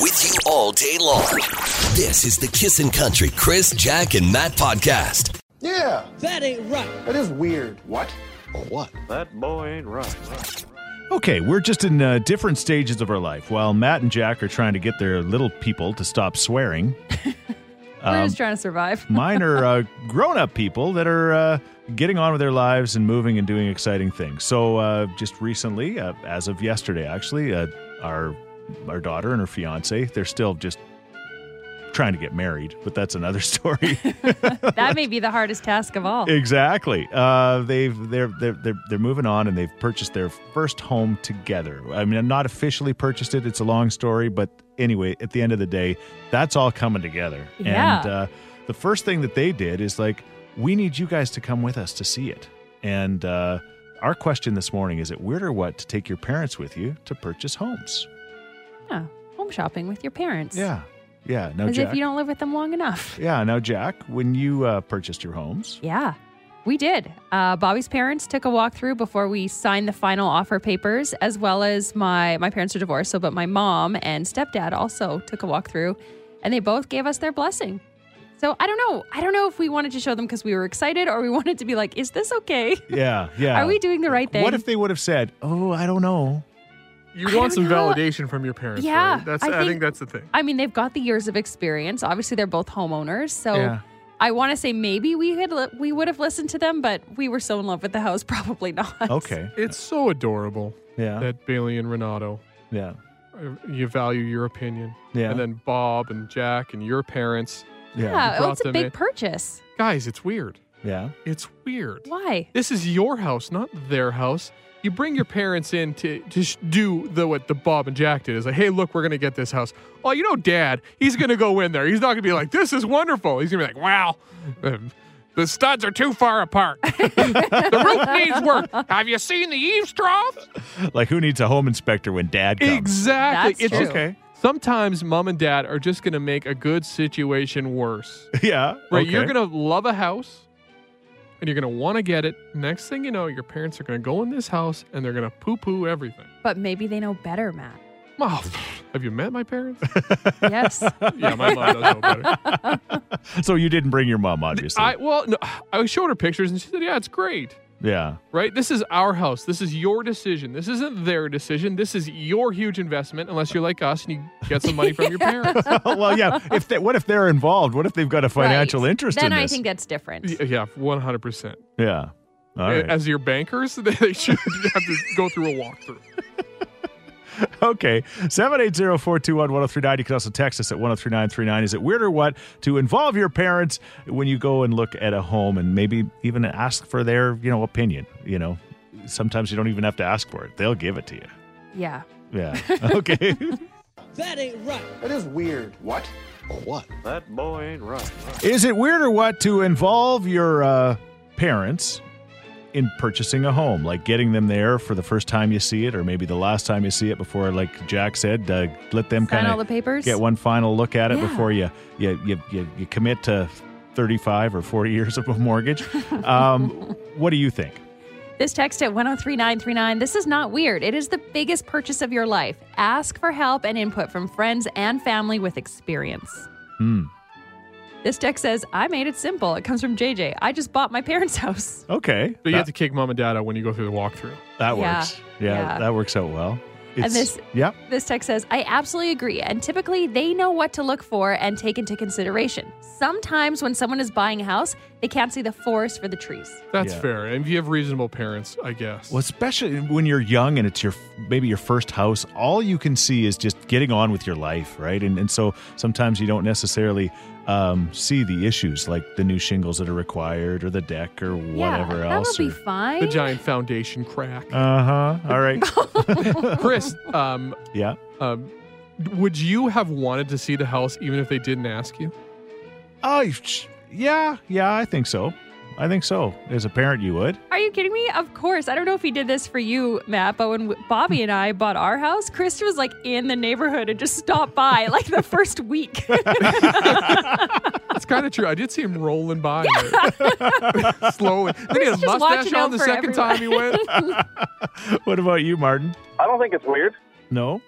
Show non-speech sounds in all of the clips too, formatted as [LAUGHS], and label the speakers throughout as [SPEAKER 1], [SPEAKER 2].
[SPEAKER 1] with you all day long. This is the Kissin' Country Chris, Jack, and Matt podcast.
[SPEAKER 2] Yeah,
[SPEAKER 3] That ain't right.
[SPEAKER 2] that is weird. What?
[SPEAKER 1] What?
[SPEAKER 4] That boy ain't right.
[SPEAKER 5] Okay, we're just in uh, different stages of our life. While Matt and Jack are trying to get their little people to stop swearing,
[SPEAKER 6] We're
[SPEAKER 5] Um,
[SPEAKER 6] just trying
[SPEAKER 5] [LAUGHS]
[SPEAKER 6] to survive.
[SPEAKER 5] mine are uh, grown up people that are uh, getting on with their lives and moving and doing exciting things. So, uh, just recently, uh, as of yesterday, actually, uh, our our daughter and her fiance they're still just trying to get married, but that's another [LAUGHS] story.
[SPEAKER 6] That may be the hardest task of all.
[SPEAKER 5] [LAUGHS] Exactly. Uh, they've they're, they're they're they're moving on, and they've purchased their first home together. I mean, I'm not officially purchased it; it's a long story. But anyway, at the end of the day, that's all coming together.
[SPEAKER 6] Yeah.
[SPEAKER 5] And uh, the first thing that they did is like, we need you guys to come with us to see it. And uh, our question this morning is: It weird or what to take your parents with you to purchase homes?
[SPEAKER 6] Yeah. Home shopping with your parents.
[SPEAKER 5] Yeah. Yeah. Now,
[SPEAKER 6] As
[SPEAKER 5] Jack.
[SPEAKER 6] if you don't live with them long enough.
[SPEAKER 5] yeah. Now, Jack, when you uh, purchased your homes.
[SPEAKER 6] Yeah. We did. Uh, Bobby's parents took a walk through before we signed the final offer papers, as well as my my parents are divorced, so but my mom and stepdad also took a walk through, and they both gave us their blessing. So I don't know. I don't know if we wanted to show them because we were excited, or we [LAUGHS] wanted to be like, "Is this okay?
[SPEAKER 5] Yeah. Yeah.
[SPEAKER 6] Are we doing the right thing?"
[SPEAKER 5] What if they would have said, "Oh, I don't know."
[SPEAKER 7] You
[SPEAKER 6] I
[SPEAKER 7] want
[SPEAKER 6] don't
[SPEAKER 7] some
[SPEAKER 6] know.
[SPEAKER 7] validation from your parents,
[SPEAKER 6] Yeah,
[SPEAKER 7] right? That's
[SPEAKER 6] I
[SPEAKER 7] I think,
[SPEAKER 6] think-
[SPEAKER 7] that's the thing.
[SPEAKER 6] I mean, they've got the years of experience. Obviously, they're both homeowners, so
[SPEAKER 7] Yeah.
[SPEAKER 6] I want to say maybe we had li- we would have listened to them, but we were so in love with the house, [LAUGHS] probably not.
[SPEAKER 5] Okay.
[SPEAKER 7] It's so adorable
[SPEAKER 5] Yeah.
[SPEAKER 7] that Bailey and Renato,
[SPEAKER 5] yeah.
[SPEAKER 7] uh, you value your opinion.
[SPEAKER 5] Yeah.
[SPEAKER 7] And then Bob and Jack and your parents.
[SPEAKER 5] Yeah.
[SPEAKER 7] You
[SPEAKER 6] Yeah, well,
[SPEAKER 7] brought
[SPEAKER 6] it's a
[SPEAKER 7] them
[SPEAKER 6] big
[SPEAKER 7] in.
[SPEAKER 6] purchase.
[SPEAKER 7] Guys, it's weird.
[SPEAKER 5] Yeah.
[SPEAKER 7] It's weird.
[SPEAKER 6] Why?
[SPEAKER 7] This is your house, not their house. You bring your parents in to, to sh- do the what the Bob and Jack did. Is like, hey, look, we're gonna get this house. Oh, you know, Dad, he's gonna go in there. He's not gonna be like, this is wonderful. He's gonna be like, wow, um, the studs are too far apart. [LAUGHS] the roof needs work. Have you seen the eavesdrops?
[SPEAKER 5] Like, who needs a home inspector when dad comes?
[SPEAKER 7] Exactly.
[SPEAKER 6] That's
[SPEAKER 7] it's
[SPEAKER 6] true.
[SPEAKER 7] just
[SPEAKER 5] Okay.
[SPEAKER 7] sometimes mom and dad are just gonna make a good situation worse.
[SPEAKER 5] [LAUGHS] Yeah.
[SPEAKER 7] Right?
[SPEAKER 5] okay.
[SPEAKER 7] You're gonna love a house, and you're gonna want to get it. Next thing you know, your parents are gonna go in this house, and they're gonna poo-poo everything.
[SPEAKER 6] But maybe they know better, Matt.
[SPEAKER 7] Oh, have you met my parents?
[SPEAKER 6] Yes.
[SPEAKER 7] [LAUGHS] yeah, my mom does know better.
[SPEAKER 5] So you didn't bring your mom,
[SPEAKER 7] [LAUGHS]
[SPEAKER 5] obviously.
[SPEAKER 7] I well, no, I showed her pictures, and she said, "Yeah, it's great."
[SPEAKER 5] yeah. [LAUGHS]
[SPEAKER 7] Right? This is our house. This is your decision. This isn't their decision. This is your huge investment, unless you're like us and you get some money [LAUGHS] from your parents.
[SPEAKER 5] well, yeah. If they, what if they're involved? What if they've got a financial
[SPEAKER 6] Right.
[SPEAKER 5] interest
[SPEAKER 6] Then
[SPEAKER 5] in
[SPEAKER 6] I
[SPEAKER 5] this?
[SPEAKER 6] think that's different.
[SPEAKER 7] Y- yeah, 100%.
[SPEAKER 5] yeah. All right.
[SPEAKER 7] As your bankers, [LAUGHS] they should have to go through a walkthrough.
[SPEAKER 5] okay. 780-421-1039. You can also text us at 103939. Is it weird or what to involve your parents when you go and look at a home and maybe even ask for their, you know, opinion? You know, sometimes you don't even have to ask for it. They'll give it to you.
[SPEAKER 6] Yeah.
[SPEAKER 5] Yeah.
[SPEAKER 7] [LAUGHS]
[SPEAKER 5] Okay.
[SPEAKER 3] That ain't right.
[SPEAKER 2] That is weird. What?
[SPEAKER 1] What?
[SPEAKER 4] That boy ain't right.
[SPEAKER 5] Is it weird or what to involve your uh, parents in purchasing a home, like getting them there for the first time you see it, or maybe the last time you see it before, like Jack said, uh, let them
[SPEAKER 6] Sign
[SPEAKER 5] kind
[SPEAKER 6] all the
[SPEAKER 5] of
[SPEAKER 6] papers.
[SPEAKER 5] get one final look at it
[SPEAKER 6] Yeah.
[SPEAKER 5] before you you, you you you commit to thirty-five or forty years of a mortgage. Um, what do you think?
[SPEAKER 6] This text at 103939. This is not weird. It is the biggest purchase of your life. Ask for help and input from friends and family with experience.
[SPEAKER 5] Hmm.
[SPEAKER 6] This text says, I made it simple. It comes from JJ. I just bought my [LAUGHS] parents' house.
[SPEAKER 5] Okay,
[SPEAKER 7] But you have
[SPEAKER 5] that,
[SPEAKER 7] to kick mom and dad out when you go through the walkthrough.
[SPEAKER 5] that
[SPEAKER 6] Yeah.
[SPEAKER 5] works. Yeah,
[SPEAKER 6] Yeah.
[SPEAKER 5] that works out well. It's,
[SPEAKER 6] this-
[SPEAKER 5] yeah,
[SPEAKER 6] This text says, I absolutely agree. And typically, they know what to look for and take into consideration. Sometimes, when someone is buying a house, they can't see the forest for the trees.
[SPEAKER 7] That's
[SPEAKER 5] Yeah.
[SPEAKER 7] fair. And if you have reasonable parents, I guess.
[SPEAKER 5] Well, especially when you're young and it's your maybe your first house, all you can see is just getting on with your life, right? And and so sometimes you don't necessarily um, see the issues like the new shingles that are required or the deck or whatever
[SPEAKER 6] yeah,
[SPEAKER 5] else.
[SPEAKER 6] That will be fine.
[SPEAKER 7] the giant foundation crack.
[SPEAKER 5] uh huh. All
[SPEAKER 6] [LAUGHS]
[SPEAKER 5] right.
[SPEAKER 7] [LAUGHS]
[SPEAKER 5] [LAUGHS]
[SPEAKER 7] Chris, um,
[SPEAKER 5] yeah.
[SPEAKER 7] um, would you have wanted to see the house even if they didn't ask you?
[SPEAKER 5] Oh, you- sh- yeah, yeah. I think so. I think so. As a parent, you would. [LAUGHS]
[SPEAKER 6] Are you kidding me? Of course. I don't know if he did this for you, Matt, but when Bobby and I bought our house, Chris was like in the neighborhood and just stopped by like the first week.
[SPEAKER 7] That's kind of true. I did see him rolling by
[SPEAKER 6] [LAUGHS]
[SPEAKER 7] there. slowly. Then he had
[SPEAKER 6] Chris
[SPEAKER 7] a
[SPEAKER 6] just
[SPEAKER 7] mustache
[SPEAKER 6] watching out
[SPEAKER 7] on the
[SPEAKER 6] for [LAUGHS]
[SPEAKER 7] second time he went.
[SPEAKER 5] What about you, Martin?
[SPEAKER 8] I don't think it's weird.
[SPEAKER 5] No.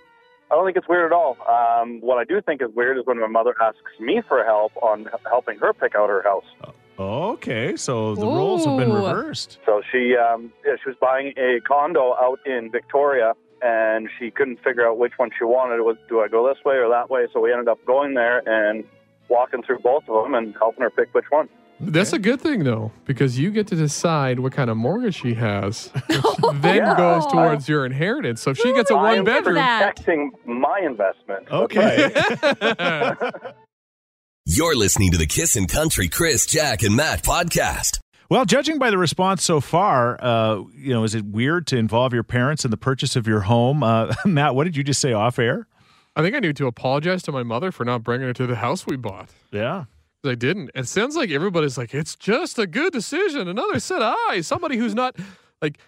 [SPEAKER 8] I don't think it's weird at all. Um, what I do think is weird is when my mother asks me for help on h- helping her pick out her house.
[SPEAKER 5] Okay, so the roles have been
[SPEAKER 6] Ooh.
[SPEAKER 5] reversed.
[SPEAKER 8] So she um, yeah, she was buying a condo out in Victoria, and she couldn't figure out which one she wanted. It was do I go this way or that way? So we ended up going there and walking through both of them and helping her pick which one.
[SPEAKER 7] That's a good thing though, because you get to decide what kind of mortgage she has, which then goes towards your inheritance. So if she gets a
[SPEAKER 6] Ooh, I
[SPEAKER 7] one
[SPEAKER 6] love
[SPEAKER 7] bedroom,
[SPEAKER 6] that.
[SPEAKER 8] Protecting my investment. That's right.
[SPEAKER 6] [LAUGHS]
[SPEAKER 5] Okay.
[SPEAKER 1] You're listening to the Kissin' Country Chris, Jack, and Matt podcast.
[SPEAKER 5] well, judging by the response so far, uh, you know, is it weird to involve your parents in the purchase of your home? Uh, [LAUGHS] Matt, what did you just say off air?
[SPEAKER 7] I think I need to apologize to my mother for not bringing her to the house we bought.
[SPEAKER 5] Yeah.
[SPEAKER 7] 'Cause I didn't. It sounds like everybody's like, it's just a good decision. Another set of eyes. Somebody who's not like,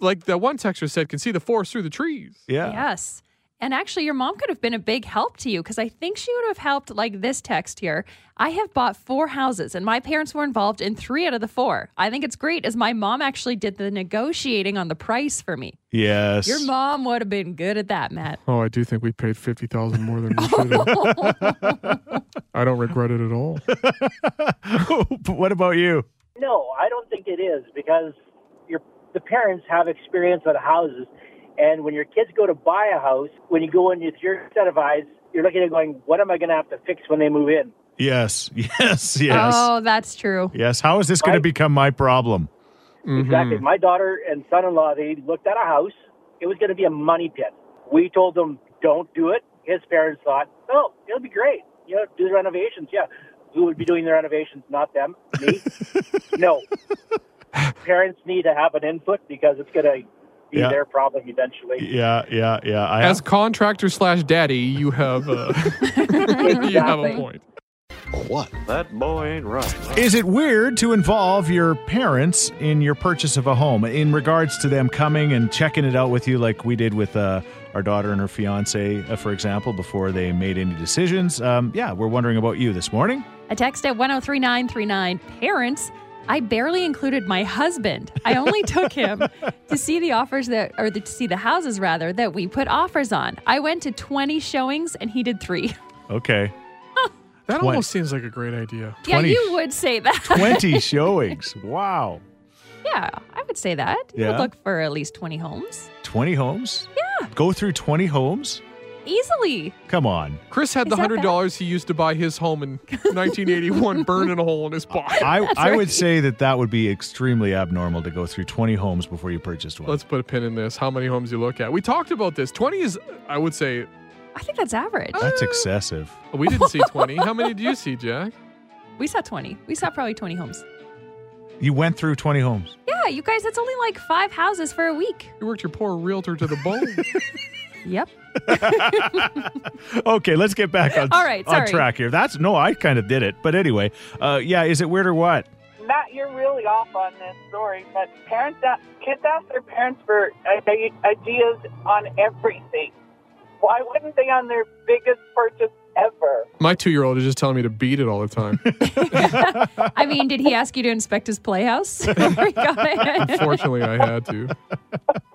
[SPEAKER 7] like that one texter said, can see the forest through the trees.
[SPEAKER 5] Yeah.
[SPEAKER 6] Yes. And actually, your mom could have been a big help to you because I think she would have helped, like this text here. I have bought four houses and my parents were involved in three out of the four. I think it's great as my mom actually did the negotiating on the price for me.
[SPEAKER 5] Yes.
[SPEAKER 6] Your mom would have been good at that, Matt.
[SPEAKER 7] Oh, I do think we paid fifty thousand more [LAUGHS] than we should have. I don't regret it at all.
[SPEAKER 5] [LAUGHS] But what about you?
[SPEAKER 9] No, I don't think it is because your the parents have experience on houses, and when your kids go to buy a house, when you go in with your set of eyes, you're looking at going, what am I going to have to fix when they move in?
[SPEAKER 5] Yes. [LAUGHS] Yes. Yes.
[SPEAKER 6] Oh, that's true.
[SPEAKER 5] Yes. How is this going to
[SPEAKER 9] Right.
[SPEAKER 5] become my problem?
[SPEAKER 7] Mm-hmm.
[SPEAKER 9] Exactly. My daughter and son-in-law they looked at a house. It was going to be a money pit. We told them don't do it. His parents thought, oh, it'll be great. You know, do the renovations. Yeah, who would be doing the renovations? Not them. Me. no. Parents need to have an input because it's going to be
[SPEAKER 5] Yeah.
[SPEAKER 9] their problem eventually.
[SPEAKER 5] Yeah. Yeah. Yeah. I
[SPEAKER 7] As contractor slash daddy, you have
[SPEAKER 6] [LAUGHS]
[SPEAKER 7] uh, you have a
[SPEAKER 6] Exactly.
[SPEAKER 7] point.
[SPEAKER 4] That boy ain't right.
[SPEAKER 5] Is it weird to involve your parents in your purchase of a home in regards to them coming and checking it out with you, like we did with uh, our daughter and her fiance, uh, for example, before they made any decisions? Um, yeah, we're wondering about you this morning.
[SPEAKER 6] A text at 103939 Parents, I barely included my husband. I only took him to see the offers that, or the, to see the houses rather, that we put offers on. I went to 20 showings and he did three. [LAUGHS]
[SPEAKER 5] Okay.
[SPEAKER 7] That
[SPEAKER 5] Twenty.
[SPEAKER 7] almost seems like a great idea.
[SPEAKER 6] Yeah,
[SPEAKER 5] 20.
[SPEAKER 6] you would say that.
[SPEAKER 5] 20 showings. Wow.
[SPEAKER 6] [LAUGHS] Yeah, I would say that. You
[SPEAKER 5] Yeah.
[SPEAKER 6] would look for at least 20 homes
[SPEAKER 5] 20 homes? Yeah. Go through 20 homes?
[SPEAKER 6] easily.
[SPEAKER 5] Come on.
[SPEAKER 7] Chris had the
[SPEAKER 6] Is that
[SPEAKER 7] hundred dollars he used to buy his home
[SPEAKER 6] [LAUGHS]
[SPEAKER 7] in 1981 burning a hole in his pocket.
[SPEAKER 5] I, I would say that that would be extremely abnormal to go through 20 homes before you purchased one.
[SPEAKER 7] Let's put a pin in this. How many homes you look at? We talked about this. 20 is, I would say,
[SPEAKER 6] I think that's average.
[SPEAKER 5] That's excessive.
[SPEAKER 7] we didn't see 20. How many did you see, Jack?
[SPEAKER 6] We saw 20. We saw probably 20 homes.
[SPEAKER 5] You went through 20 homes.
[SPEAKER 6] Yeah, you guys, that's only like five houses for a week.
[SPEAKER 7] You worked your poor realtor to the bone.
[SPEAKER 6] Yep.
[SPEAKER 5] okay, let's get back on,
[SPEAKER 6] All right,
[SPEAKER 5] on
[SPEAKER 6] sorry.
[SPEAKER 5] track here. That's no, I kind of did it, but anyway, uh, yeah, is it weird or what?
[SPEAKER 10] Matt, you're really off on this story, but parents, ask, kids ask their parents for i- i- ideas on everything. Why wouldn't they on their biggest purchase ever?
[SPEAKER 7] My two year old is just telling me to beat it all the time.
[SPEAKER 6] I mean, did he ask you to inspect his playhouse? [LAUGHS] We got it.
[SPEAKER 7] Unfortunately, I had to.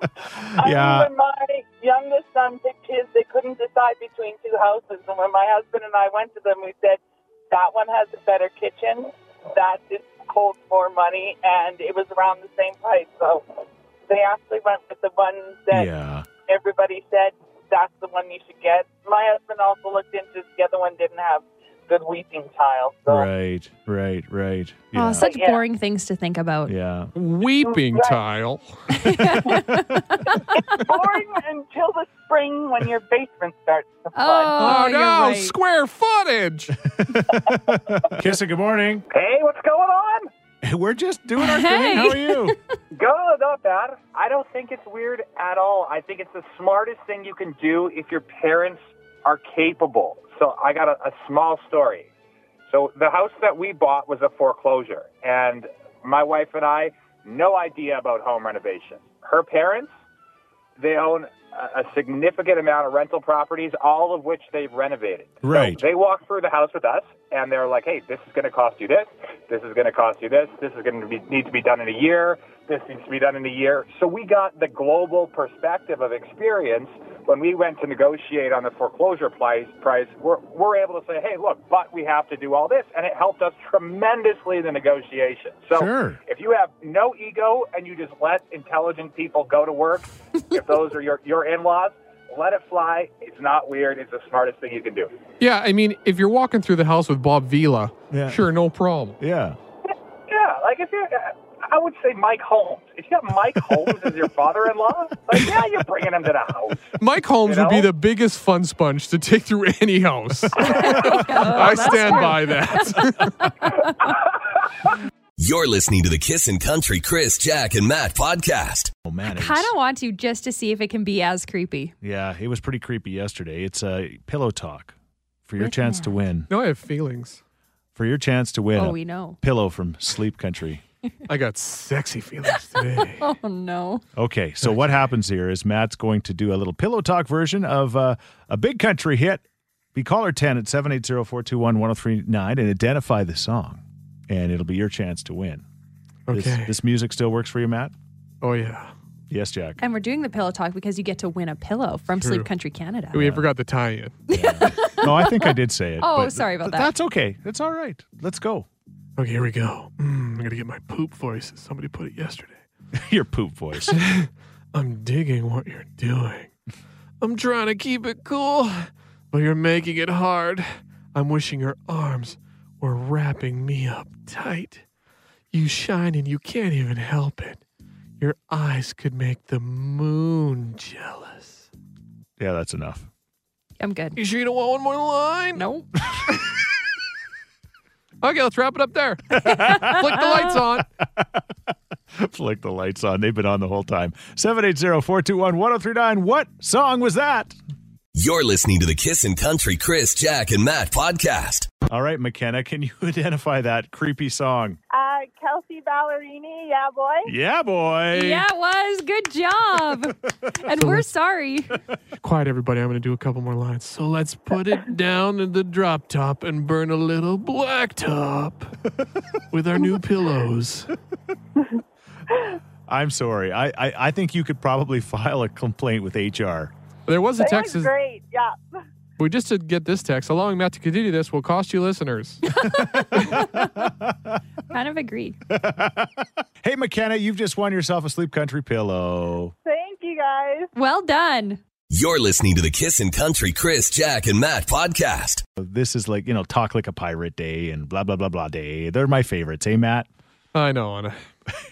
[SPEAKER 5] Yeah.
[SPEAKER 10] I mean, when my youngest son picked his, they couldn't decide between two houses. And when my husband and I went to them, we said, that one has a better kitchen. That just holds more money. And it was around the same price. So they actually went with the one that
[SPEAKER 5] Yeah.
[SPEAKER 10] everybody said that's the one you should get. My husband also looked into it. The other one didn't have good weeping tiles. So.
[SPEAKER 5] Right, right, right. Yeah.
[SPEAKER 6] Oh, such
[SPEAKER 10] Yeah.
[SPEAKER 6] boring things to think about.
[SPEAKER 5] yeah.
[SPEAKER 7] Weeping
[SPEAKER 10] Right.
[SPEAKER 7] tile.
[SPEAKER 10] Boring until the spring when your basement starts to flood.
[SPEAKER 6] Oh,
[SPEAKER 7] no,
[SPEAKER 6] you're right.
[SPEAKER 7] square footage.
[SPEAKER 5] Kissing, good morning. [LAUGHS]
[SPEAKER 9] Hey, what's going on?
[SPEAKER 5] We're just doing our
[SPEAKER 6] Hey.
[SPEAKER 5] thing. How are
[SPEAKER 6] [LAUGHS]
[SPEAKER 5] you?
[SPEAKER 9] Go, not bad. I don't think it's weird at all. I think it's the smartest thing you can do if your parents are capable. So I got a, a small story. So the house that we bought was a foreclosure, and my wife and I, no idea about home renovation. Her parents, they own a, a significant amount of rental properties, all of which they've renovated.
[SPEAKER 5] Right.
[SPEAKER 9] They walk through the house with us, and they're like, "Hey, this is going to cost you this. This is going to cost you this. This is going to be, need to be done in a year. This needs to be done in a year." So we got the global perspective of experience when we went to negotiate on the foreclosure price, price we're, we're able to say, hey, look, but we have to do all this. And it helped us tremendously in the negotiation. So
[SPEAKER 5] Sure.
[SPEAKER 9] if you have no ego and you just let intelligent people go to work, if those are your, your in laws, let it fly. It's not weird. It's the smartest thing you can do.
[SPEAKER 7] Yeah, I mean, if you're walking through the house with Bob Vila,
[SPEAKER 5] Yeah.
[SPEAKER 7] sure, no problem.
[SPEAKER 5] Yeah.
[SPEAKER 9] Yeah, like if you're, I would say Mike Holmes. If you got Mike Holmes as your father in law, like, yeah, you're bringing him to the house.
[SPEAKER 7] Mike Holmes
[SPEAKER 9] You
[SPEAKER 7] would be
[SPEAKER 9] know?
[SPEAKER 7] the biggest fun sponge to take through [LAUGHS] any house. I stand by that.
[SPEAKER 1] You're listening to the Kissin' Country Chris, Jack, and Matt podcast.
[SPEAKER 5] Oh man. it was-
[SPEAKER 6] Kind of want to just to see if it can be as creepy.
[SPEAKER 5] yeah, it was pretty creepy yesterday. It's uh, pillow talk for your chance to win.
[SPEAKER 7] no, I have feelings.
[SPEAKER 5] For your chance to win.
[SPEAKER 6] Oh,
[SPEAKER 5] a
[SPEAKER 6] we know.
[SPEAKER 5] Pillow from Sleep Country.
[SPEAKER 7] I got sexy feelings today.
[SPEAKER 6] [LAUGHS] Oh no.
[SPEAKER 5] Okay, so what happens here is Matt's going to do a little pillow talk version of uh, a big country hit. Be caller 10 at 780-421-1039 and identify the song, and it'll be your chance to win.
[SPEAKER 7] Okay.
[SPEAKER 5] This, this music still works for you, Matt?
[SPEAKER 7] oh, yeah.
[SPEAKER 5] Yes, Jack.
[SPEAKER 6] And we're doing the pillow talk because you get to win a pillow from Sleep Country Canada.
[SPEAKER 7] We forgot the tie in.
[SPEAKER 5] No, I think I did say it.
[SPEAKER 6] [LAUGHS] Oh,
[SPEAKER 5] but
[SPEAKER 6] sorry about
[SPEAKER 5] th-
[SPEAKER 6] that.
[SPEAKER 5] That's okay. That's all right. Let's go. [LAUGHS]
[SPEAKER 7] Okay, here we go. Mm, I'm going to get my poop voice. as Somebody put it yesterday.
[SPEAKER 5] your poop voice.
[SPEAKER 7] I'm digging what you're
[SPEAKER 5] [LAUGHS]
[SPEAKER 7] doing. I'm trying to keep it cool, but you're making it hard. I'm wishing your arms were wrapping me up tight. You shine and you can't even help it. Your eyes could make the moon jealous.
[SPEAKER 5] yeah, that's enough. [LAUGHS]
[SPEAKER 6] I'm good.
[SPEAKER 7] You sure you don't want one more line?
[SPEAKER 6] [LAUGHS] Nope.
[SPEAKER 7] Okay, let's wrap it up there. Flick the lights on.
[SPEAKER 5] Flick the lights on. They've been on the whole time. 780-421-1039. What song was that?
[SPEAKER 1] You're listening to the Kissin' Country Chris, Jack, and Matt podcast.
[SPEAKER 5] All right, McKenna, can you [LAUGHS] identify that creepy song?
[SPEAKER 10] Uh, Kelsey Ballerini, yeah, boy.
[SPEAKER 5] Yeah, boy.
[SPEAKER 6] Yeah, it was.
[SPEAKER 5] [LAUGHS]
[SPEAKER 6] Good job. and we're sorry.
[SPEAKER 7] Quiet, everybody. I'm going to do a couple more lines. So let's put it down in the drop top and burn a little black top with our new pillows.
[SPEAKER 5] I'm sorry. I, I, I think you could probably [LAUGHS] file a complaint with HR.
[SPEAKER 7] There was a
[SPEAKER 10] It
[SPEAKER 7] text.
[SPEAKER 10] was great, yeah.
[SPEAKER 7] We just did get this text. Allowing Matt to continue this will cost you listeners.
[SPEAKER 6] Kind of agreed.
[SPEAKER 5] Hey, McKenna, you've just won yourself a Sleep Country pillow.
[SPEAKER 10] Thank you guys.
[SPEAKER 6] Well done.
[SPEAKER 1] You're listening to the Kissin' Country Chris, Jack, and Matt podcast.
[SPEAKER 5] This is like, you know, Talk Like a Pirate Day and blah, blah, blah, blah day. They're my favorites. Hey, Matt?
[SPEAKER 7] I know. And a,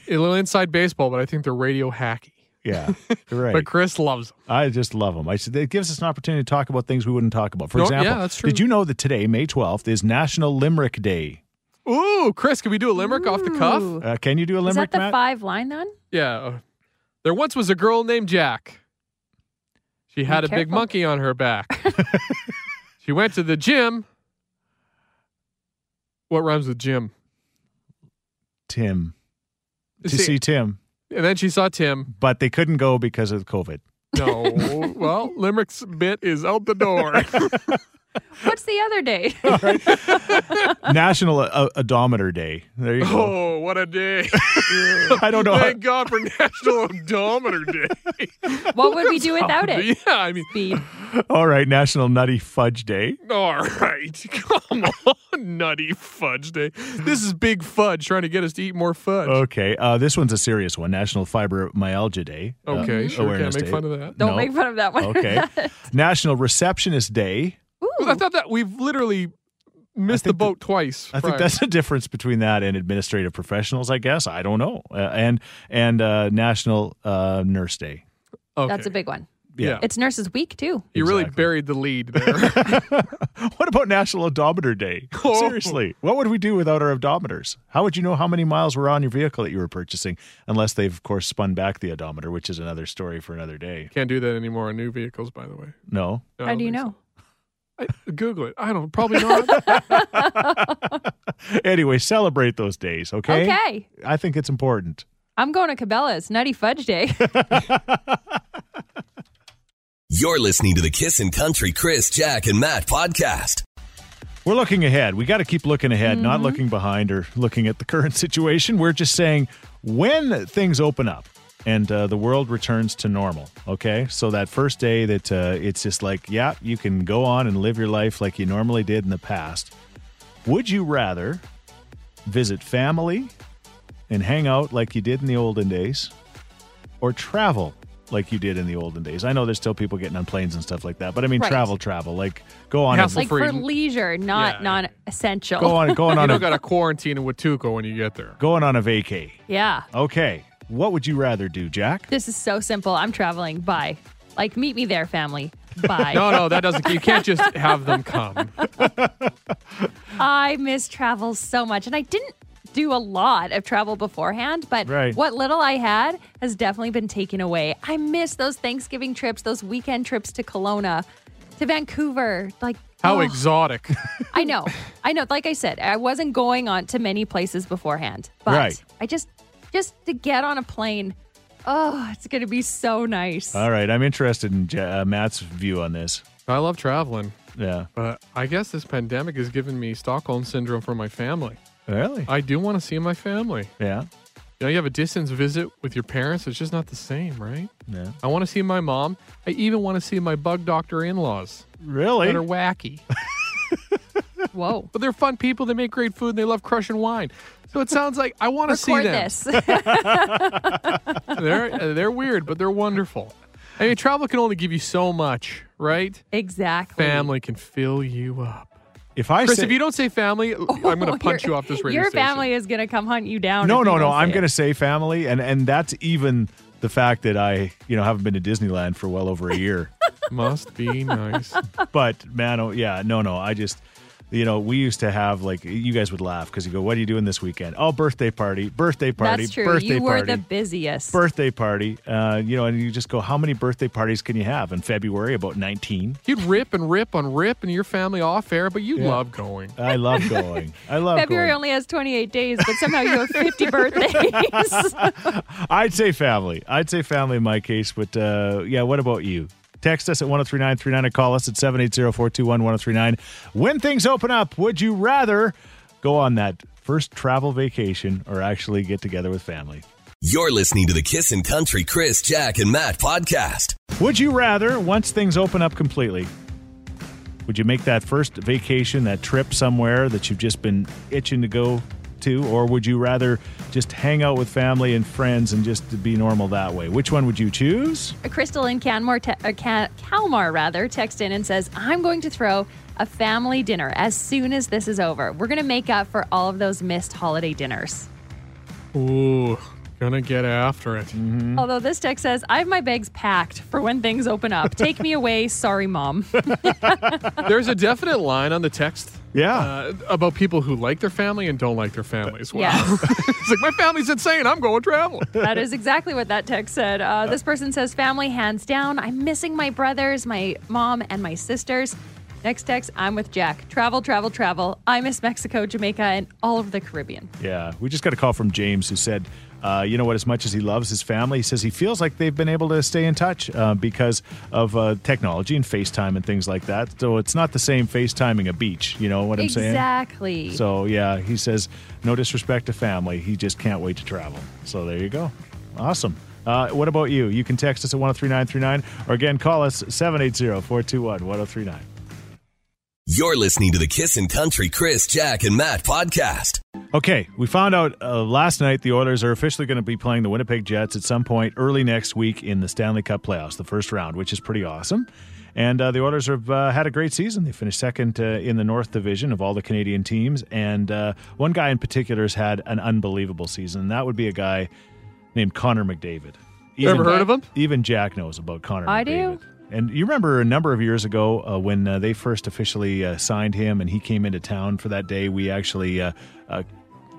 [SPEAKER 7] a little inside baseball, but I think they're radio hacky. [LAUGHS]
[SPEAKER 5] Yeah, you're
[SPEAKER 7] But
[SPEAKER 5] right.
[SPEAKER 7] Chris loves them.
[SPEAKER 5] I just love them. I, said it gives us an opportunity to talk about things we wouldn't talk about. For
[SPEAKER 7] No,
[SPEAKER 5] example,
[SPEAKER 7] Oh, yeah, that's true.
[SPEAKER 5] did you know that today, May 12th, is National Limerick Day?
[SPEAKER 7] Ooh, Chris, can we do a limerick off the cuff?
[SPEAKER 6] Ooh.
[SPEAKER 5] Uh, can you do a
[SPEAKER 6] Is
[SPEAKER 5] limerick,
[SPEAKER 6] that the
[SPEAKER 5] Matt?
[SPEAKER 6] five line one?
[SPEAKER 7] Yeah. There once was a girl named Jack. She had a big
[SPEAKER 6] careful.
[SPEAKER 7] monkey on her
[SPEAKER 6] [LAUGHS]
[SPEAKER 7] back. she went to the gym. What rhymes with gym?
[SPEAKER 5] Tim. To
[SPEAKER 7] See-
[SPEAKER 5] see Tim.
[SPEAKER 7] And then she saw Tim.
[SPEAKER 5] But they couldn't go because
[SPEAKER 7] [LAUGHS]
[SPEAKER 5] of COVID.
[SPEAKER 7] No.
[SPEAKER 6] [LAUGHS]
[SPEAKER 7] well, Limerick's bit is out the door.
[SPEAKER 6] What's the other
[SPEAKER 5] [LAUGHS]
[SPEAKER 6] day?
[SPEAKER 5] National uh, Odometer Day. There you go.
[SPEAKER 7] oh, what a
[SPEAKER 6] [LAUGHS]
[SPEAKER 7] day.
[SPEAKER 5] [LAUGHS] I don't know.
[SPEAKER 7] Thank God for National Odometer Day.
[SPEAKER 6] [LAUGHS] what would we do without
[SPEAKER 7] Yeah,
[SPEAKER 5] [LAUGHS]
[SPEAKER 6] it?
[SPEAKER 7] I mean,
[SPEAKER 6] Speed.
[SPEAKER 5] All right, National Nutty
[SPEAKER 7] [LAUGHS]
[SPEAKER 5] Fudge Day.
[SPEAKER 7] all right. [LAUGHS] Come on, Nutty Fudge Day. This is Big Fudge trying to get us to eat more fudge.
[SPEAKER 5] Okay, uh, this one's a serious one. National Fibromyalgia Day. Uh,
[SPEAKER 7] Okay, sure. Can't
[SPEAKER 5] Awareness
[SPEAKER 7] make
[SPEAKER 5] Day.
[SPEAKER 7] fun of that.
[SPEAKER 6] Don't
[SPEAKER 5] No.
[SPEAKER 6] make fun of that
[SPEAKER 7] [LAUGHS]
[SPEAKER 5] [LAUGHS]
[SPEAKER 6] one.
[SPEAKER 5] Okay. National Receptionist Day.
[SPEAKER 7] Well, I thought that we've literally missed the
[SPEAKER 5] think that-
[SPEAKER 7] boat twice.
[SPEAKER 5] I think
[SPEAKER 7] prior.
[SPEAKER 5] that's the difference between that and administrative professionals. I guess I don't know. Uh, and and uh, National uh, Nurse Day.
[SPEAKER 7] Okay.
[SPEAKER 6] [LAUGHS] That's a big one.
[SPEAKER 5] Yeah.
[SPEAKER 6] It's Nurses Week, too.
[SPEAKER 7] You really
[SPEAKER 5] Exactly. [LAUGHS]
[SPEAKER 7] buried the lead there.
[SPEAKER 5] What about National Odometer Day?
[SPEAKER 7] [LAUGHS] Oh.
[SPEAKER 5] Seriously, what would we do without our odometers? How would you know how many miles were on your vehicle that you were purchasing? Unless they've, of course, spun back the odometer, which is another story for another day.
[SPEAKER 7] Can't do that anymore on new vehicles, by the way.
[SPEAKER 5] No,
[SPEAKER 7] No, I
[SPEAKER 6] How
[SPEAKER 7] don't
[SPEAKER 6] do you
[SPEAKER 7] think so.
[SPEAKER 6] know?
[SPEAKER 7] I, Google it. I don't. Probably
[SPEAKER 5] [LAUGHS]
[SPEAKER 7] not.
[SPEAKER 5] anyway, celebrate those days, okay?
[SPEAKER 6] Okay.
[SPEAKER 5] I think it's important.
[SPEAKER 6] I'm going to Cabela's. Nutty Fudge Day.
[SPEAKER 1] You're listening to the Kissin' Country Chris, Jack, and Matt podcast.
[SPEAKER 5] We're looking ahead. We got to keep looking ahead, not [LAUGHS] looking behind or looking at the current situation. We're just saying when things open up, and uh, the world returns to normal. Okay, so that first day that uh, it's just like, yeah, you can go on and live your life like you normally did in the past. Would you rather visit family and hang out like you did in the olden days, or travel like you did in the olden days? I know there's still people getting on planes and stuff like that, but I mean,
[SPEAKER 6] Right.
[SPEAKER 5] travel, travel, like go on,
[SPEAKER 7] Hassle
[SPEAKER 5] a,
[SPEAKER 6] like for
[SPEAKER 7] free.
[SPEAKER 6] leisure, not
[SPEAKER 7] Yeah.
[SPEAKER 6] non-essential.
[SPEAKER 5] go
[SPEAKER 7] [LAUGHS]
[SPEAKER 5] on, going
[SPEAKER 7] You
[SPEAKER 5] on,
[SPEAKER 7] don't
[SPEAKER 5] a,
[SPEAKER 7] got to quarantine in Watuco when you get there.
[SPEAKER 5] going on a vacay.
[SPEAKER 6] Yeah,
[SPEAKER 5] Okay, what would you rather do, Jack?
[SPEAKER 6] this is so simple. I'm traveling. Bye. Like meet me there, family. Bye.
[SPEAKER 7] [LAUGHS] No, no, that doesn't. You can't just have them come.
[SPEAKER 6] I miss travel so much, and I didn't do a lot of travel beforehand, but
[SPEAKER 5] Right.
[SPEAKER 6] what little I had has definitely been taken away. I miss those Thanksgiving trips, those weekend trips to Kelowna, to Vancouver. Like
[SPEAKER 7] How
[SPEAKER 6] [LAUGHS] oh,
[SPEAKER 7] exotic.
[SPEAKER 6] I know, I know. Like I said, I wasn't going on to many places beforehand, but
[SPEAKER 5] Right.
[SPEAKER 6] I just just to get on a plane. Oh, it's gonna be so nice.
[SPEAKER 5] All right, I'm interested in Ja- uh, Matt's view on this.
[SPEAKER 7] I love traveling,
[SPEAKER 5] Yeah,
[SPEAKER 7] but I guess this pandemic has given me Stockholm syndrome for my family.
[SPEAKER 5] really?
[SPEAKER 7] I do want to see my family.
[SPEAKER 5] Yeah,
[SPEAKER 7] You know, you have a distance visit with your parents. It's just not the same, right?
[SPEAKER 5] yeah.
[SPEAKER 7] I want to see my mom. I even want to see my bug doctor in-laws that are
[SPEAKER 5] Really?
[SPEAKER 7] wacky. [LAUGHS]
[SPEAKER 6] Whoa.
[SPEAKER 7] But they're fun people. They make great food. And they love crushing wine. So it sounds like I want to see
[SPEAKER 6] Record
[SPEAKER 7] them.
[SPEAKER 6] this.
[SPEAKER 7] [LAUGHS]
[SPEAKER 6] [LAUGHS]
[SPEAKER 7] They're they're weird, but they're wonderful. I mean, travel can only give you so much, right?
[SPEAKER 6] exactly.
[SPEAKER 7] Family can fill you up.
[SPEAKER 5] If I
[SPEAKER 7] Chris,
[SPEAKER 5] say,
[SPEAKER 7] if you don't say family, I'm going
[SPEAKER 6] Oh,
[SPEAKER 7] to punch
[SPEAKER 6] [LAUGHS] your-
[SPEAKER 7] you off this radio
[SPEAKER 6] Your
[SPEAKER 7] station.
[SPEAKER 6] family is going to come hunt you down.
[SPEAKER 5] no,
[SPEAKER 6] if you
[SPEAKER 5] no, no,
[SPEAKER 6] don't say
[SPEAKER 5] I'm
[SPEAKER 6] it.
[SPEAKER 5] going to say family, and and that's even the fact that I, you know, haven't been to Disneyland for well over a
[SPEAKER 6] [LAUGHS]
[SPEAKER 5] year.
[SPEAKER 7] must be nice.
[SPEAKER 5] but man, oh yeah, no, no, I just. You know, we used to have like you guys would laugh because you go, "What are you doing this weekend?" Oh, birthday party, birthday party,
[SPEAKER 6] That's true.
[SPEAKER 5] birthday
[SPEAKER 6] you were
[SPEAKER 5] party,
[SPEAKER 6] the busiest.
[SPEAKER 5] birthday party. Uh, you know, and you just go, "How many birthday parties can you have in February?" About nineteen.
[SPEAKER 7] You'd rip and rip on rip and your family off air, but you love going.
[SPEAKER 5] I love going. I love
[SPEAKER 6] [LAUGHS] February
[SPEAKER 5] going.
[SPEAKER 6] only has 28 days, but somehow you
[SPEAKER 5] [LAUGHS]
[SPEAKER 6] have 50 birthdays.
[SPEAKER 5] I'd say family. I'd say family in my case, but uh, yeah, what about you? Text us at 103939 or call us at 780-421-1039. When things open up, would you rather go on that first travel vacation or actually get together with family?
[SPEAKER 1] You're listening to the Kissin' Country Chris, Jack, and Matt podcast.
[SPEAKER 5] Would you rather, once things open up completely, would you make that first vacation, that trip somewhere that you've just been itching to go to, or would you rather just hang out with family and friends and just be normal that way? Which one would you choose?
[SPEAKER 6] Crystal in Canmore, te- or Ca- Calmar rather, texts in and says, "I'm going to throw a family dinner as soon as this is over. We're going to make up for all of those missed holiday dinners."
[SPEAKER 7] Ooh, gonna get after it.
[SPEAKER 5] Mm-hmm.
[SPEAKER 6] Although this text says, "I have my bags packed for when things open up. Take me away, [LAUGHS] sorry, mom."
[SPEAKER 7] There's a definite line on the text.
[SPEAKER 5] Yeah.
[SPEAKER 7] Uh, about people who like their family and don't like their families. Wow.
[SPEAKER 6] Yeah.
[SPEAKER 7] [LAUGHS] it's like, my family's insane. I'm going traveling.
[SPEAKER 6] that is exactly what that text said. Uh, this person says, family hands down. I'm missing my brothers, my mom, and my sisters. Next text, I'm with Jack. Travel, travel, travel. I miss Mexico, Jamaica, and all of the Caribbean.
[SPEAKER 5] Yeah, we just got a call from James who said, uh, you know what, as much as he loves his family, he says he feels like they've been able to stay in touch uh, because of uh, technology and FaceTime and things like that. So it's not the same FaceTiming a beach, you know what I'm
[SPEAKER 6] exactly.
[SPEAKER 5] saying? So yeah, he says, no disrespect to family. He just can't wait to travel. So there you go. Awesome. Uh, what about you? You can text us at 103939 or again, call us 780 421 1039.
[SPEAKER 1] You're listening to the Kissin' Country Chris, Jack, and Matt podcast.
[SPEAKER 5] Okay, we found out uh, last night the Oilers are officially going to be playing the Winnipeg Jets at some point early next week in the Stanley Cup playoffs, the first round, which is pretty awesome. And uh, the Oilers have uh, had a great season. They finished second uh, in the North Division of all the Canadian teams, and uh, one guy in particular has had an unbelievable season. And that would be a guy named Connor McDavid.
[SPEAKER 7] You ever heard of him?
[SPEAKER 5] Even Jack knows about Connor.
[SPEAKER 6] I
[SPEAKER 5] McDavid.
[SPEAKER 6] do.
[SPEAKER 5] And you remember a number of years ago uh, when uh, they first officially uh, signed him and he came into town for that day. We actually uh, uh,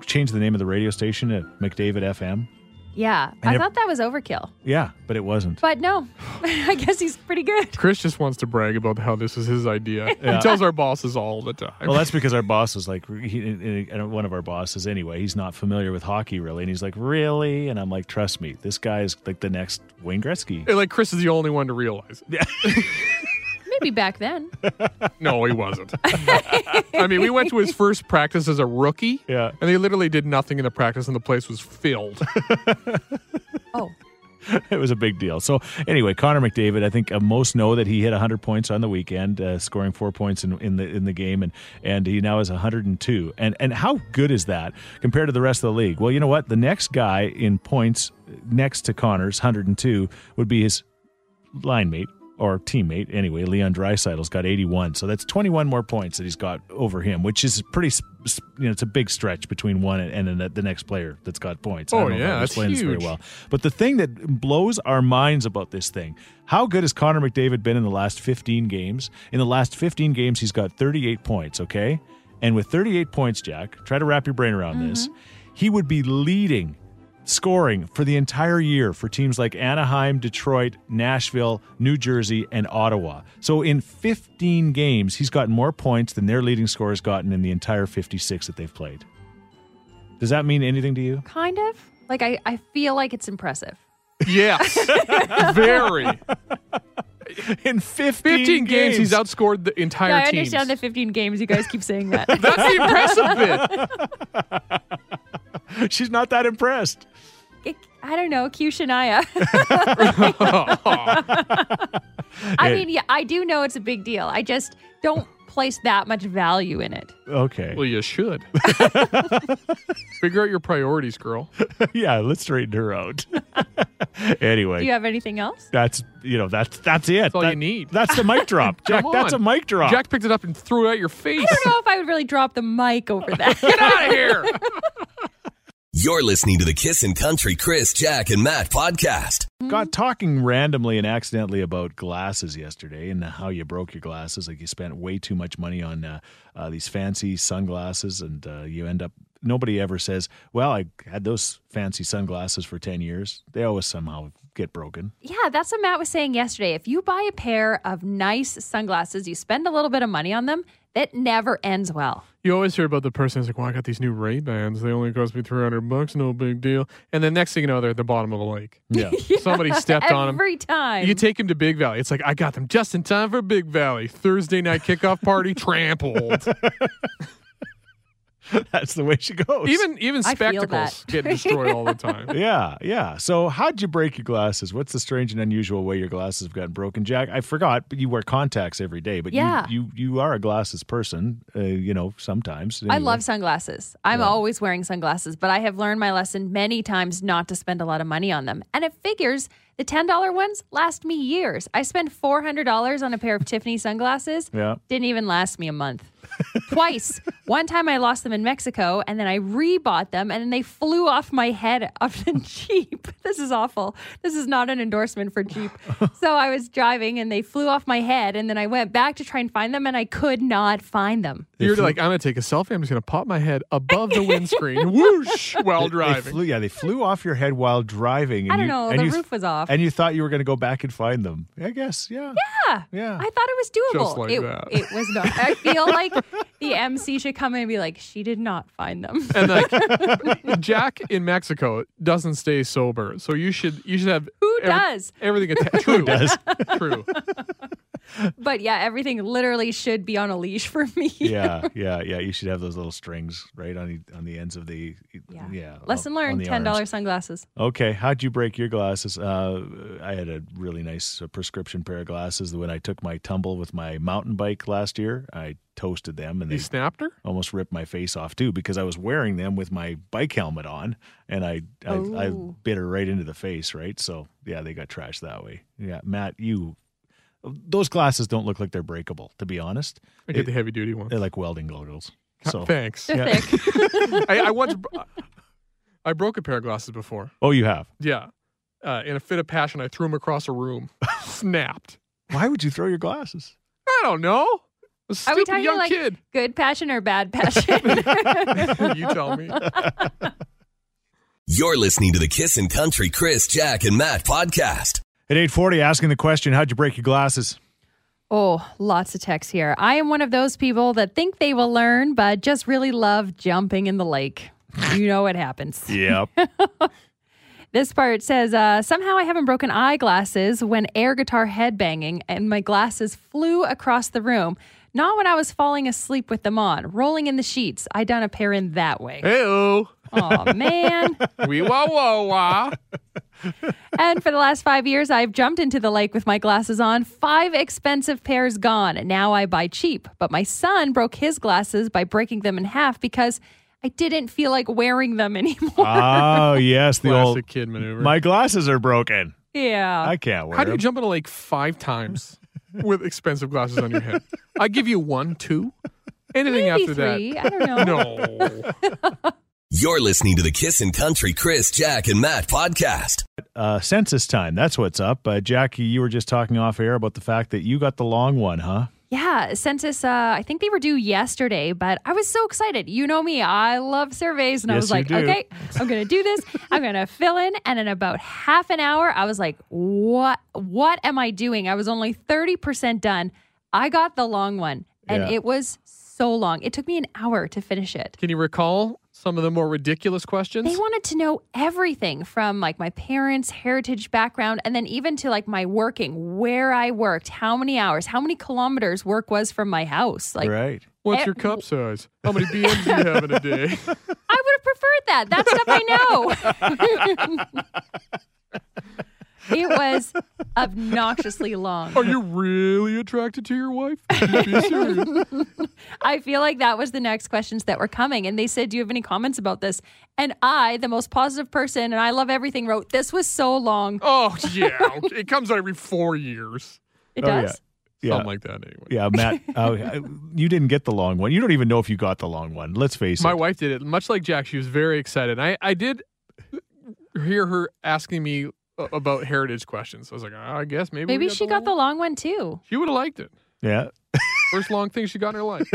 [SPEAKER 5] changed the name of the radio station at McDavid FM.
[SPEAKER 6] yeah. I,
[SPEAKER 5] nev-
[SPEAKER 6] thought that was overkill,
[SPEAKER 5] Yeah, but it wasn't.
[SPEAKER 6] but no, [LAUGHS] I guess he's pretty good.
[SPEAKER 7] Chris just wants to brag about how this was his idea.
[SPEAKER 5] [LAUGHS]
[SPEAKER 7] He tells our bosses all the time. [LAUGHS]
[SPEAKER 5] Well, that's because our boss was like, he, and one of our bosses anyway, he's not familiar with hockey really. And he's like, really? And I'm like, trust me, this guy is like the next Wayne Gretzky.
[SPEAKER 7] like Chris is the only one to realize. it.
[SPEAKER 6] Maybe back then.
[SPEAKER 7] No, he
[SPEAKER 5] [LAUGHS]
[SPEAKER 7] wasn't. I mean, we went to his first practice as a rookie.
[SPEAKER 5] Yeah.
[SPEAKER 7] And they literally did nothing in the practice, and the place was filled.
[SPEAKER 6] Oh.
[SPEAKER 5] [LAUGHS] it was a big deal. So anyway, Connor McDavid, I think uh, most know that he hit 100 points on the weekend, uh, scoring four points in, in the in the game, and and he now is 102. And and how good is that compared to the rest of the league? Well, you know what? The next guy in points next to Connor's 102 would be his line mate or teammate anyway, Leon Dreisaitl's got 81, so that's 21 more points that he's got over him, which is pretty, s- s- you know, it's a big stretch between one and, and the next player that's got points. I
[SPEAKER 7] Oh,
[SPEAKER 5] don't know if
[SPEAKER 7] yeah,
[SPEAKER 5] that
[SPEAKER 7] that's
[SPEAKER 5] explains very
[SPEAKER 7] huge.
[SPEAKER 5] well. But the thing that blows our minds about this thing, how good has Connor McDavid been in the last 15 games? In the last 15 games, he's got 38 points. Okay, and with 38 points, Jack, try to wrap your brain around this. He would be leading scoring for the entire year for teams like Anaheim, Detroit, Nashville, New Jersey, and Ottawa. So in 15 games, he's gotten more points than their leading scorer has gotten in the entire 56 that they've played. Does that mean anything to
[SPEAKER 6] [LAUGHS]
[SPEAKER 5] you?
[SPEAKER 6] Kind of. Like, I, I feel like it's impressive.
[SPEAKER 7] [LAUGHS] Yes.
[SPEAKER 5] [LAUGHS]
[SPEAKER 7] Very.
[SPEAKER 5] In 15,
[SPEAKER 7] 15 games, he's outscored the entire
[SPEAKER 6] Yeah, I
[SPEAKER 7] team.
[SPEAKER 6] understand the 15 games. You guys keep saying [LAUGHS] that.
[SPEAKER 7] That's the impressive bit.
[SPEAKER 5] [LAUGHS] She's not that impressed.
[SPEAKER 6] It- I don't know. Q Shania. I
[SPEAKER 5] Hey.
[SPEAKER 6] mean, yeah, I do know it's a big deal. I just don't place that much value in it.
[SPEAKER 5] Okay.
[SPEAKER 7] Well, you should. [LAUGHS] Figure out your priorities, girl.
[SPEAKER 5] [LAUGHS] yeah, let's straighten her out. [LAUGHS] anyway.
[SPEAKER 6] Do you have anything else?
[SPEAKER 5] That's you know that's that's it.
[SPEAKER 7] all
[SPEAKER 5] That-
[SPEAKER 7] you need.
[SPEAKER 5] That's the mic drop,
[SPEAKER 7] [LAUGHS]
[SPEAKER 5] Jack.
[SPEAKER 7] Come
[SPEAKER 5] That's a
[SPEAKER 7] on.
[SPEAKER 5] mic drop.
[SPEAKER 7] Jack picked it up and threw it at your face.
[SPEAKER 6] I don't know if I would really drop the mic over that.
[SPEAKER 7] Get [LAUGHS] out of here.
[SPEAKER 1] You're listening to the Kissin' Country Chris, Jack, and Matt podcast.
[SPEAKER 6] Mm-hmm.
[SPEAKER 5] Got talking randomly and accidentally about glasses yesterday and how you broke your glasses. Like you spent way too much money on uh, uh, these fancy sunglasses, and uh, you end up. Nobody ever says, "Well, I had those fancy sunglasses for ten years." They always somehow get broken. [LAUGHS]
[SPEAKER 6] yeah, that's what Matt was saying yesterday. If you buy a pair of nice sunglasses, you spend a little bit of money on them, that never ends well.
[SPEAKER 7] You always hear about the person who's like, well, I got these new Ray Bans. They only cost me 300 bucks. No big deal. And the next thing you know, they're at the bottom of the lake.
[SPEAKER 5] Yeah,
[SPEAKER 7] Somebody stepped on them.
[SPEAKER 6] Every time.
[SPEAKER 7] You take him to Big Valley. It's like, I got them just in time for Big Valley. Thursday night kickoff party, trampled.
[SPEAKER 5] that's the way she goes.
[SPEAKER 6] [LAUGHS]
[SPEAKER 7] Even even
[SPEAKER 6] I feel
[SPEAKER 7] spectacles
[SPEAKER 6] that.
[SPEAKER 7] get destroyed all the time.
[SPEAKER 5] [LAUGHS] yeah, yeah. So, how'd you break your glasses? What's the strange and unusual way your glasses have gotten broken, Jack? I forgot, but you wear contacts every day. But
[SPEAKER 6] Yeah.
[SPEAKER 5] you, you, you are a glasses person. Uh, you know, sometimes
[SPEAKER 6] I
[SPEAKER 5] Anyway.
[SPEAKER 6] love sunglasses. I'm always wearing sunglasses, but I have learned my lesson many times not to spend a lot of money on them. And it figures the $10 ones last me years. I spent $400 on a pair of Tiffany sunglasses.
[SPEAKER 5] Yeah.
[SPEAKER 6] Didn't even last me a month. Twice. One time I lost them in Mexico and then I rebought them and then they flew off my head [LAUGHS] of the Jeep. This is awful. This is not an endorsement for Jeep. So I was driving and they flew off my head and then I went back to try and find them and I could not find them.
[SPEAKER 7] You're like, I'm going to take a selfie. I'm just going to pop my head above the [LAUGHS] windscreen. Whoosh, while
[SPEAKER 5] They
[SPEAKER 7] driving.
[SPEAKER 5] flew, yeah, they flew off your head while driving. And
[SPEAKER 6] I don't
[SPEAKER 5] you-
[SPEAKER 6] know.
[SPEAKER 5] and
[SPEAKER 6] The
[SPEAKER 5] you,
[SPEAKER 6] roof was off.
[SPEAKER 5] And you thought you were going to go back and find them. I guess. Yeah. Yeah. Yeah.
[SPEAKER 6] I [LAUGHS] thought it was doable.
[SPEAKER 7] Just like
[SPEAKER 6] it,
[SPEAKER 7] that.
[SPEAKER 6] it was not.
[SPEAKER 5] [LAUGHS]
[SPEAKER 6] I feel like the MC should come in and be like, she did not find them.
[SPEAKER 7] and [LAUGHS] like Jack in Mexico doesn't stay sober, so you should you should have
[SPEAKER 6] [LAUGHS] Who does?
[SPEAKER 7] everything
[SPEAKER 6] [LAUGHS]
[SPEAKER 7] atta- true
[SPEAKER 5] does?
[SPEAKER 7] true.
[SPEAKER 6] But yeah, everything literally should be on a leash for me.
[SPEAKER 5] [LAUGHS] yeah, yeah, yeah. You should have those little strings right on the, on the ends of the e, yeah.
[SPEAKER 6] Yeah.
[SPEAKER 5] on-
[SPEAKER 6] [LAUGHS] Lesson
[SPEAKER 5] on
[SPEAKER 6] learned
[SPEAKER 5] the
[SPEAKER 6] $10
[SPEAKER 5] arms.
[SPEAKER 6] sunglasses.
[SPEAKER 5] Okay, how'd you break your glasses? Uh, I had a really nice uh, prescription pair of glasses. When I took my tumble with my mountain bike last year, I toasted them and
[SPEAKER 7] He
[SPEAKER 5] they
[SPEAKER 7] snapped her.
[SPEAKER 5] almost ripped my face off too because I was wearing them with my bike helmet on and I I, I
[SPEAKER 6] Oh.
[SPEAKER 5] bit her right into the face, right? So yeah, they got trashed that way. Yeah, Matt, you those glasses don't look like they're breakable, to be honest.
[SPEAKER 7] I get
[SPEAKER 5] It-
[SPEAKER 7] the heavy duty one. Uh,
[SPEAKER 5] They're like welding goggles. So
[SPEAKER 7] Thanks.
[SPEAKER 6] They're
[SPEAKER 5] Yeah. [LAUGHS]
[SPEAKER 6] thick.
[SPEAKER 7] [LAUGHS] I, I once br- I broke a pair of glasses before.
[SPEAKER 5] Oh you have.
[SPEAKER 7] Yeah, uh, in a fit of passion, I threw them across a room. [LAUGHS] snapped.
[SPEAKER 5] Why would you throw your glasses?
[SPEAKER 7] I don't know. A
[SPEAKER 6] Are we
[SPEAKER 7] stupid
[SPEAKER 6] talking
[SPEAKER 7] young
[SPEAKER 6] like [LAUGHS]
[SPEAKER 7] kid.
[SPEAKER 6] good passion or
[SPEAKER 5] [LAUGHS]
[SPEAKER 6] bad passion?
[SPEAKER 7] you tell me.
[SPEAKER 1] You're listening to the Kissin' Country Chris, Jack, and Matt podcast.
[SPEAKER 5] At eight forty asking the question, how'd you break your glasses?
[SPEAKER 6] [LAUGHS] oh, lots of texts here. I am one of those people that think they will learn, but just really love jumping in the lake. You know what happens.
[SPEAKER 5] Yep.
[SPEAKER 6] This part says, uh, somehow I haven't broken eyeglasses when air guitar headbanging and my glasses flew across the room. Not when I was falling asleep with them on, rolling in the sheets. I done a pair in that way.
[SPEAKER 7] Hey-oh. [LAUGHS]
[SPEAKER 6] Oh man.
[SPEAKER 7] Wee wah wah wah.
[SPEAKER 6] and for the last five years, I've jumped into the lake with my glasses on. Five expensive pairs gone. Now I buy cheap. But my son broke his glasses by breaking them in half because I didn't feel like wearing them [LAUGHS] anymore.
[SPEAKER 5] [LAUGHS]
[SPEAKER 7] Ah.
[SPEAKER 5] Oh yes, the
[SPEAKER 7] Classic
[SPEAKER 5] old
[SPEAKER 7] kid maneuver.
[SPEAKER 5] my glasses are broken.
[SPEAKER 6] yeah.
[SPEAKER 5] I can't wear
[SPEAKER 7] How do you
[SPEAKER 5] them.
[SPEAKER 7] jump in a lake five times with expensive glasses on your head? I give you one, two, anything
[SPEAKER 6] Maybe
[SPEAKER 7] after
[SPEAKER 6] three.
[SPEAKER 7] that. [LAUGHS]
[SPEAKER 6] I don't know.
[SPEAKER 7] No.
[SPEAKER 1] You're listening to the Kissin' Country Chris, Jack, and Matt podcast.
[SPEAKER 5] uh, census time. That's what's up. Uh, Jackie, you were just talking off air about the fact that you got the long one, huh?
[SPEAKER 6] Yeah, census. Uh, I think they were due yesterday, but I was so excited. You know me; I love surveys, and I
[SPEAKER 5] Yes,
[SPEAKER 6] was
[SPEAKER 5] you
[SPEAKER 6] like,
[SPEAKER 5] do.
[SPEAKER 6] "Okay, I'm going to
[SPEAKER 5] [LAUGHS]
[SPEAKER 6] do this. I'm going to fill in." And in about half an hour, I was like, "What? What am I doing?" I was only thirty percent done. I got the long one, and
[SPEAKER 5] Yeah.
[SPEAKER 6] it was so long. It took me an hour to finish it.
[SPEAKER 7] Can you recall some of the more ridiculous questions?
[SPEAKER 6] They wanted to know everything from like my parents' heritage background and then even to like my working, where I worked, how many hours, how many kilometers work was from my house. Like
[SPEAKER 5] right.
[SPEAKER 7] What's
[SPEAKER 6] e-
[SPEAKER 7] your cup size? How many BMs do you have in a day?
[SPEAKER 6] I would have preferred that. That stuff I [LAUGHS] know. it was obnoxiously
[SPEAKER 7] [LAUGHS]
[SPEAKER 6] long.
[SPEAKER 7] Are you really attracted to your wife? Be serious.
[SPEAKER 6] I feel like that was the next questions that were coming. And they said, Do you have any comments about this? And I, the most positive person, and I love everything, wrote, This was so long.
[SPEAKER 7] [LAUGHS] Oh yeah, okay. it comes out every four years,
[SPEAKER 6] It
[SPEAKER 5] Oh, yeah.
[SPEAKER 6] does.
[SPEAKER 5] Yeah.
[SPEAKER 7] something like that. Anyway,
[SPEAKER 5] yeah,
[SPEAKER 7] [LAUGHS]
[SPEAKER 5] Matt, uh, you didn't get the long one. You don't even know if you got the long one. Let's face
[SPEAKER 7] my
[SPEAKER 5] it.
[SPEAKER 7] wife did it. Much like Jack, she was very excited. I I did hear her asking me a- about heritage questions. I was like, I guess maybe we
[SPEAKER 6] Maybe she got the
[SPEAKER 7] long-
[SPEAKER 6] long one too.
[SPEAKER 7] She would have liked it.
[SPEAKER 5] Yeah.
[SPEAKER 7] First long thing she got in her life.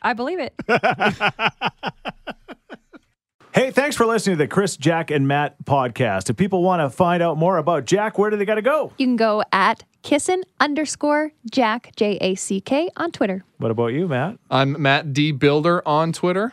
[SPEAKER 6] I believe it.
[SPEAKER 5] Hey, thanks for listening to the Chris, Jack, and Matt podcast. If people want to find out more about Jack, where do they got to go?
[SPEAKER 6] You can go at kissin underscore Jack, J A C K, on Twitter.
[SPEAKER 5] What about you, Matt?
[SPEAKER 7] [LAUGHS] I'm Matt D Builder on Twitter.